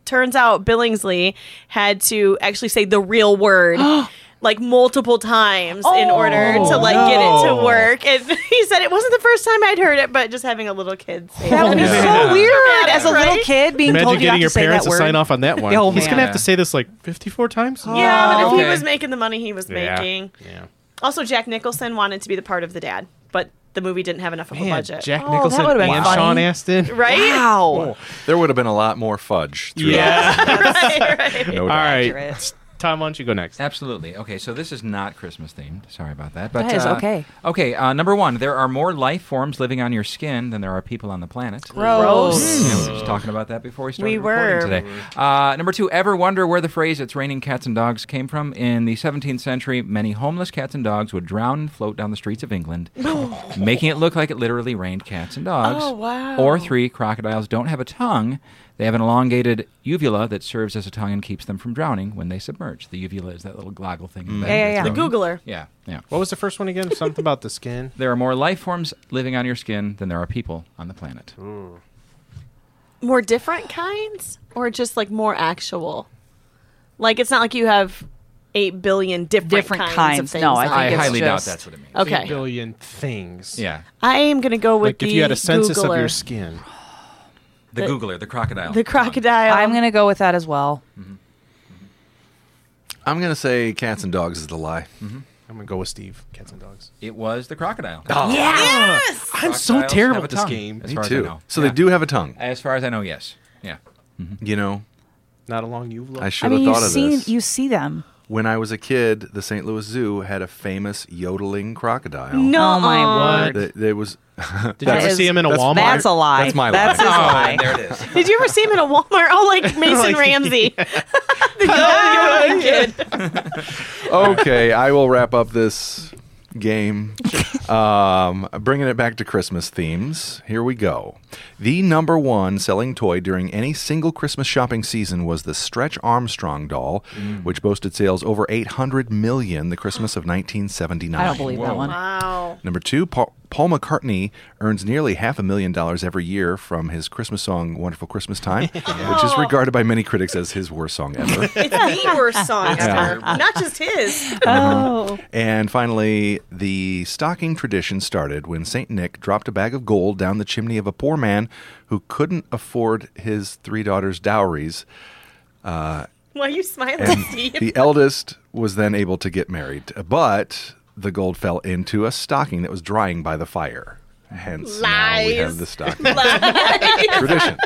Speaker 3: turns out Billingsley had to actually say the real word. Like multiple times in
Speaker 10: Oh,
Speaker 3: order to like get it to work, and he said it wasn't the first time I'd heard it, but just having a little kid say
Speaker 10: That
Speaker 3: it.
Speaker 10: would be
Speaker 2: Yeah.
Speaker 10: so weird
Speaker 3: Yeah,
Speaker 10: as a little
Speaker 3: right?
Speaker 10: kid being
Speaker 2: Imagine
Speaker 10: told you have
Speaker 2: getting
Speaker 10: to
Speaker 2: your
Speaker 10: say
Speaker 2: parents
Speaker 10: that word.
Speaker 2: to sign off on that one.
Speaker 10: Oh,
Speaker 2: He's gonna
Speaker 10: man.
Speaker 2: have to say this like 54 times.
Speaker 3: Yeah, but if he
Speaker 4: Okay.
Speaker 3: was making the money he was
Speaker 2: Yeah.
Speaker 3: making,
Speaker 2: Yeah.
Speaker 3: Also, Jack Nicholson wanted to be the part of the dad, but the movie didn't have enough of a
Speaker 2: Man,
Speaker 3: budget.
Speaker 2: Jack
Speaker 10: Oh, that
Speaker 2: Nicholson
Speaker 10: would've
Speaker 2: and
Speaker 10: been funny.
Speaker 2: Sean Astin.
Speaker 3: Right?
Speaker 10: Wow.
Speaker 7: There would have been a lot more fudge. Through
Speaker 2: Yeah.
Speaker 3: right, right.
Speaker 7: No
Speaker 2: All
Speaker 7: doubt.
Speaker 2: right.
Speaker 10: Accurate.
Speaker 2: Tom, why don't you go next?
Speaker 4: Absolutely. Okay, so this is not Christmas themed. Sorry about that. But
Speaker 10: That is
Speaker 4: uh,
Speaker 10: okay.
Speaker 4: Okay, uh, number one, there are more life forms living on your skin than there are people on the planet.
Speaker 10: Gross.
Speaker 4: Yeah, we were just talking about that before we started
Speaker 3: We
Speaker 4: recording
Speaker 3: were.
Speaker 4: today. Uh, number two, ever wonder where the phrase "it's raining cats and dogs" came from? In the 17th century, many homeless cats and dogs would drown and float down the streets of England, making it look like it literally rained cats and dogs.
Speaker 3: Oh, wow.
Speaker 4: Or three, crocodiles don't have a tongue; they have an elongated uvula that serves as a tongue and keeps them from drowning when they submerge. The uvula is that little gloggle thing. in the
Speaker 10: Yeah, yeah,
Speaker 4: back
Speaker 10: yeah.
Speaker 4: of
Speaker 10: The
Speaker 2: Mm-hmm.
Speaker 4: throat.
Speaker 3: Googler.
Speaker 4: Yeah, yeah.
Speaker 2: What was the first one again? Something about the skin.
Speaker 4: There are more life forms living on your skin than there are people on the planet.
Speaker 3: More different kinds, or just like more actual? Like it's not like you have eight billion different,
Speaker 10: Different
Speaker 3: kinds, of
Speaker 10: kinds.
Speaker 3: things.
Speaker 10: No, I
Speaker 3: on
Speaker 10: think
Speaker 4: I
Speaker 10: it's
Speaker 3: it.
Speaker 4: highly doubt
Speaker 10: just-
Speaker 4: that's what it means.
Speaker 2: Eight
Speaker 3: okay.
Speaker 2: billion things.
Speaker 4: Yeah.
Speaker 3: I am gonna go with
Speaker 2: Like if you had
Speaker 3: the
Speaker 2: a census
Speaker 3: Googler.
Speaker 2: of your skin.
Speaker 4: The, Googler, the crocodile.
Speaker 3: the crocodile.
Speaker 10: I'm gonna go with that as well.
Speaker 7: I'm going to say cats and dogs is the lie.
Speaker 2: I'm gonna go with Steve. Cats and dogs.
Speaker 4: It was the crocodile.
Speaker 7: Oh.
Speaker 3: Yes.
Speaker 2: I'm so
Speaker 4: Crocodiles
Speaker 2: terrible
Speaker 4: have a
Speaker 2: at this
Speaker 4: tongue,
Speaker 2: game.
Speaker 4: As
Speaker 7: Me
Speaker 4: far as I
Speaker 7: too.
Speaker 4: know.
Speaker 7: So
Speaker 4: Yeah.
Speaker 7: they do have a tongue.
Speaker 4: As far as I know, yes. Yeah.
Speaker 7: You know,
Speaker 2: Not along you look.
Speaker 7: I
Speaker 10: I
Speaker 7: should
Speaker 10: mean,
Speaker 7: have
Speaker 10: you
Speaker 7: thought of
Speaker 10: see,
Speaker 7: this.
Speaker 10: you see them.
Speaker 7: When I was a kid, the St. Louis Zoo had a famous yodeling crocodile.
Speaker 3: No,
Speaker 10: Oh, my
Speaker 2: What?
Speaker 7: That- There was.
Speaker 2: Did you ever
Speaker 10: is-
Speaker 2: see him in a
Speaker 7: that's-
Speaker 2: Walmart?
Speaker 10: That's a lie.
Speaker 7: That's my
Speaker 10: That's
Speaker 7: lie.
Speaker 5: Oh.
Speaker 10: his lie.
Speaker 4: Uh, there it is.
Speaker 3: Did you ever see him in a Walmart? Oh, like Mason
Speaker 2: Like-
Speaker 3: Ramsey. the yodeling kid.
Speaker 7: okay, I will wrap up this game. Um, bringing it back to Christmas themes. Here we go. The number one selling toy during any single Christmas shopping season was the Stretch Armstrong doll,
Speaker 10: Mm.
Speaker 7: which boasted sales over 800 million the Christmas of 1979.
Speaker 10: I don't believe that one.
Speaker 3: Wow.
Speaker 7: Number two, Paul, Paul McCartney earns nearly half a million dollars every year from his Christmas song "Wonderful Christmas Time," which is regarded by many critics as his worst song ever.
Speaker 3: It's the worst song ever. Not just his.
Speaker 10: Oh,
Speaker 7: And finally, the stocking tradition started when St. Nick dropped a bag of gold down the chimney of a poor man who couldn't afford his three daughters' dowries.
Speaker 3: Why are you smiling,
Speaker 7: And
Speaker 3: Steve?
Speaker 7: the eldest was then able to get married, but the gold fell into a stocking that was drying by the fire. Hence, now we have
Speaker 3: Lies.
Speaker 7: the stocking tradition.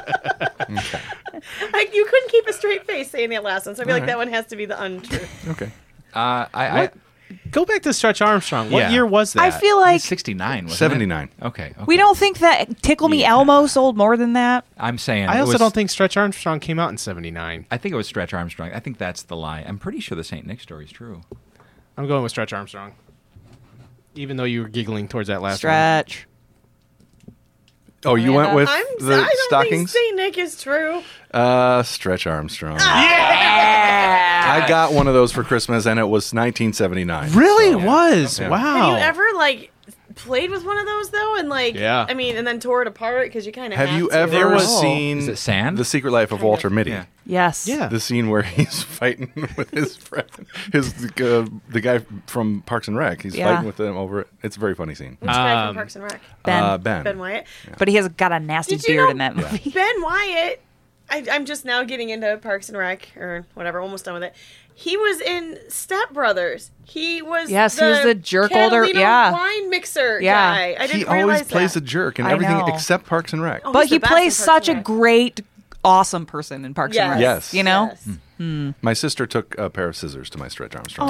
Speaker 3: like, you couldn't keep a straight face saying that last one, so I feel like that one has to be the untruth.
Speaker 7: Okay.
Speaker 4: Uh, I, I,
Speaker 2: Go back to Stretch Armstrong. What
Speaker 4: Yeah.
Speaker 2: year was that?
Speaker 10: I feel like
Speaker 4: 69, was
Speaker 7: 79.
Speaker 4: Okay, okay.
Speaker 10: we don't think that Tickle Me Elmo sold more than that.
Speaker 4: I'm saying.
Speaker 2: I
Speaker 4: it
Speaker 2: also
Speaker 4: was-
Speaker 2: don't think Stretch Armstrong came out in '79.
Speaker 4: I think it was Stretch Armstrong. I think that's the lie. I'm pretty sure the St. Nick story is true.
Speaker 2: I'm going with Stretch Armstrong. Even though you were giggling towards that last one.
Speaker 10: Stretch.
Speaker 7: Oh, you went with
Speaker 3: I'm, I
Speaker 7: the
Speaker 3: don't think
Speaker 7: stockings?
Speaker 3: St. Nick is true.
Speaker 7: Uh, Stretch Armstrong.
Speaker 3: Ah.
Speaker 7: I got one of those for Christmas, and it was 1979.
Speaker 2: Really it was. Wow.
Speaker 7: Oh.
Speaker 3: Have you ever, like, played with one of those, though? And, like,
Speaker 2: Yeah.
Speaker 3: I mean, and then tore it apart because you kind of
Speaker 7: Have you ever
Speaker 2: There was-
Speaker 7: seen
Speaker 4: Is it sand?
Speaker 7: The Secret Life of Walter Mitty.
Speaker 4: Yeah.
Speaker 10: Yes.
Speaker 2: Yeah.
Speaker 7: The scene where he's fighting with his friend, his uh, the guy from Parks and Rec. He's
Speaker 10: Yeah.
Speaker 7: fighting with him over. It's a very funny scene.
Speaker 3: Which guy from Parks and Rec?
Speaker 10: Ben.
Speaker 7: uh, ben.
Speaker 3: Ben Wyatt.
Speaker 10: But he has got a nasty
Speaker 3: Did you
Speaker 10: beard
Speaker 3: know-
Speaker 10: in that movie.
Speaker 3: Ben Wyatt I, I'm just now getting into Parks and Rec or whatever. Almost done with it. He was in Step Brothers. He was
Speaker 10: Yes,
Speaker 3: The
Speaker 10: he was the jerk older-
Speaker 3: Catalina
Speaker 10: yeah.
Speaker 3: wine mixer
Speaker 10: Yeah.
Speaker 3: guy. I didn't
Speaker 7: he
Speaker 3: realize
Speaker 7: always plays a
Speaker 3: that.
Speaker 7: jerk in
Speaker 10: I
Speaker 7: everything
Speaker 10: know.
Speaker 7: except Parks and Rec.
Speaker 3: Oh,
Speaker 10: but
Speaker 3: he's the
Speaker 10: he
Speaker 3: best in
Speaker 10: plays
Speaker 3: Parks
Speaker 10: such a
Speaker 3: and Rec.
Speaker 10: great, awesome person in Parks and Rec.
Speaker 7: Yes.
Speaker 10: You know? Hmm.
Speaker 3: Yes.
Speaker 7: My sister took a pair of scissors to my Stretch Armstrong.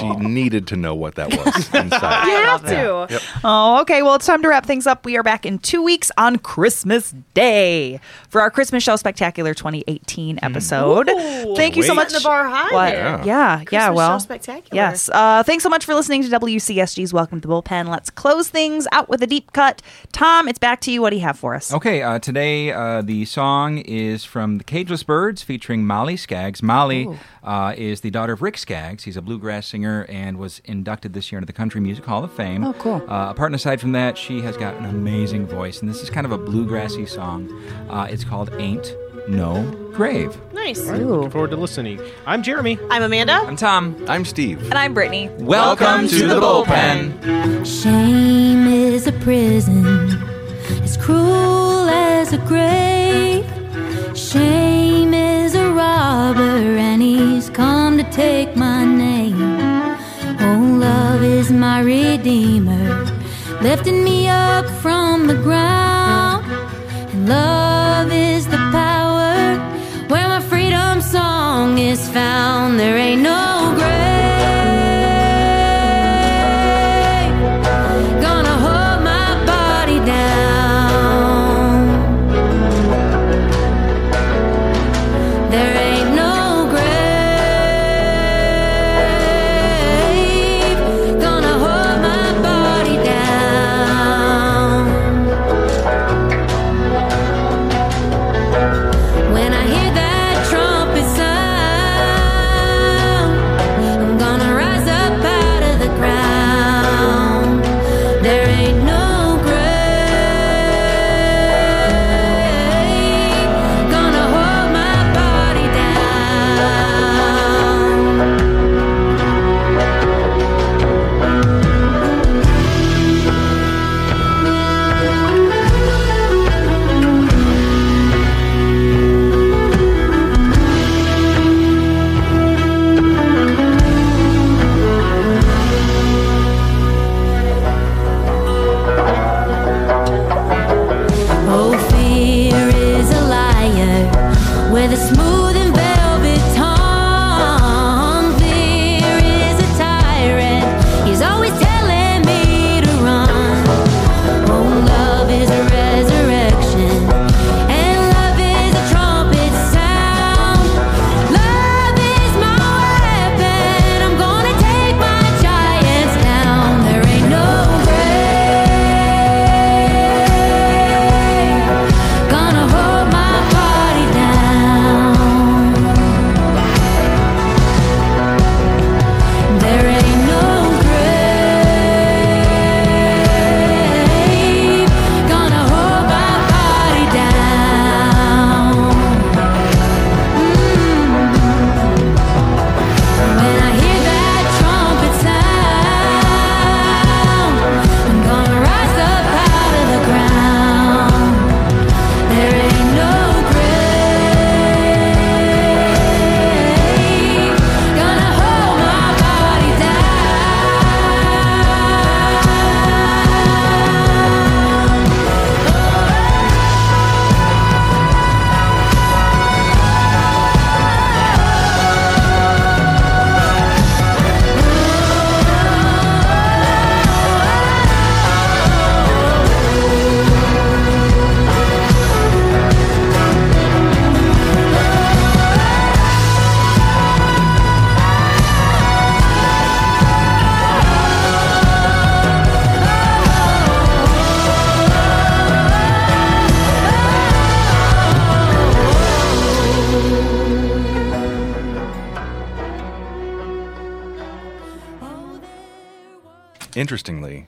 Speaker 7: She needed to know what that was inside.
Speaker 3: You have to.
Speaker 10: Oh, okay. Well, it's time to wrap things up. We are back in two weeks on Christmas Day for our Christmas Show Spectacular 2018 episode. Thank you so
Speaker 7: Mm. Wait.
Speaker 10: much.
Speaker 3: Setting the bar high
Speaker 10: What?
Speaker 3: there.
Speaker 10: Yeah. Yeah.
Speaker 3: Christmas Show
Speaker 10: well,
Speaker 3: Spectacular.
Speaker 10: Yes. Uh, thanks so much for listening to WCSG's Welcome to the Bullpen. Let's close things out with a deep cut. Tom, it's back to you. What do you have for us?
Speaker 7: Oh.
Speaker 4: Okay, uh, today uh, the song is from the Cageless Birds featuring Molly Skaggs. Molly uh, is the daughter of Rick Skaggs. He's a bluegrass singer and was inducted this year into the Country Music Hall of Fame. Oh, cool. Uh, apart and aside from that, she has got an amazing voice, and this is kind of a bluegrassy song. Uh, it's called Ain't No Grave.
Speaker 3: Nice.
Speaker 2: Looking forward to listening. I'm Jeremy.
Speaker 3: I'm Amanda.
Speaker 4: I'm Tom.
Speaker 7: I'm Steve.
Speaker 10: And I'm Brittany.
Speaker 4: Welcome to the bullpen.
Speaker 8: Shame is a prison, as cruel as a grave. Shame is a robber, and he's come to take my name. Oh, love is my redeemer, lifting me up from the ground. And love is the power where my freedom song is found. There ain't no grave gonna hold my body down. There ain't no grave gonna hold my body down. When I hear that trumpet sound, I'm gonna rise up out of the ground. There ain't no grave gonna hold my body down. Oh, fear is a liar with a smooth and velvet tongue. Fear is a tyrant, he's always telling me to run. Oh, love is a resurrection, and love is a trumpet sound. Love is my weapon, I'm gonna take my giants down. There ain't no grave gonna hold my body down. There ain't no grave gonna hold my body down. Mm. When I hear that trumpet sound, I'm gonna rise up out of the ground. There ain't no grave gonna hold my body down.
Speaker 7: Interestingly,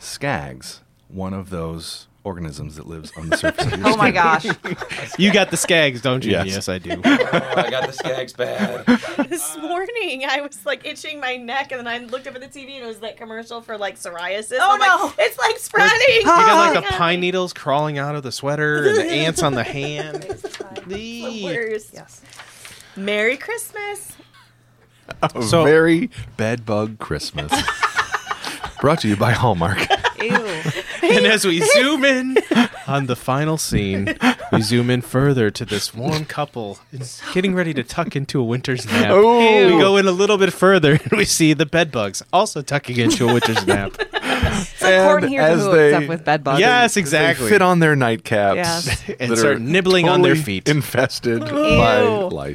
Speaker 7: Skaggs, one of those organisms that lives on the surface. of your
Speaker 5: Oh my
Speaker 7: skin.
Speaker 5: gosh.
Speaker 2: You got the skags, don't you?
Speaker 7: Yes.
Speaker 2: I do.
Speaker 11: I got the skags bad.
Speaker 3: this morning I was like itching my neck, and then I looked up at the TV and it was that commercial for like psoriasis.
Speaker 5: Oh,
Speaker 3: I'm like,
Speaker 5: no.
Speaker 3: it's like spreading. Oh
Speaker 2: You got like the pine needles crawling out of the sweater and the ants on the hand.
Speaker 3: the
Speaker 2: Eek.
Speaker 3: worst.
Speaker 5: Yes.
Speaker 3: Merry Christmas.
Speaker 7: A
Speaker 2: So-
Speaker 7: very bed bug Christmas. Brought to you by Hallmark.
Speaker 2: and as we zoom in on the final scene, we zoom in further to this warm couple. It's getting ready to tuck into a winter's nap.
Speaker 7: Ew.
Speaker 2: We go in a little bit further and we see the bed bugs also tucking into a winter's nap.
Speaker 5: It's important
Speaker 7: And
Speaker 5: here to
Speaker 7: as
Speaker 5: know what's
Speaker 7: they-
Speaker 5: up with bed bugs.
Speaker 2: yes,
Speaker 7: They
Speaker 2: exactly.
Speaker 7: fit on their nightcaps
Speaker 5: Yes.
Speaker 2: And
Speaker 7: that
Speaker 2: start
Speaker 7: are
Speaker 2: nibbling on their
Speaker 7: totally
Speaker 2: feet.
Speaker 7: infested by
Speaker 5: Ew.
Speaker 7: lice.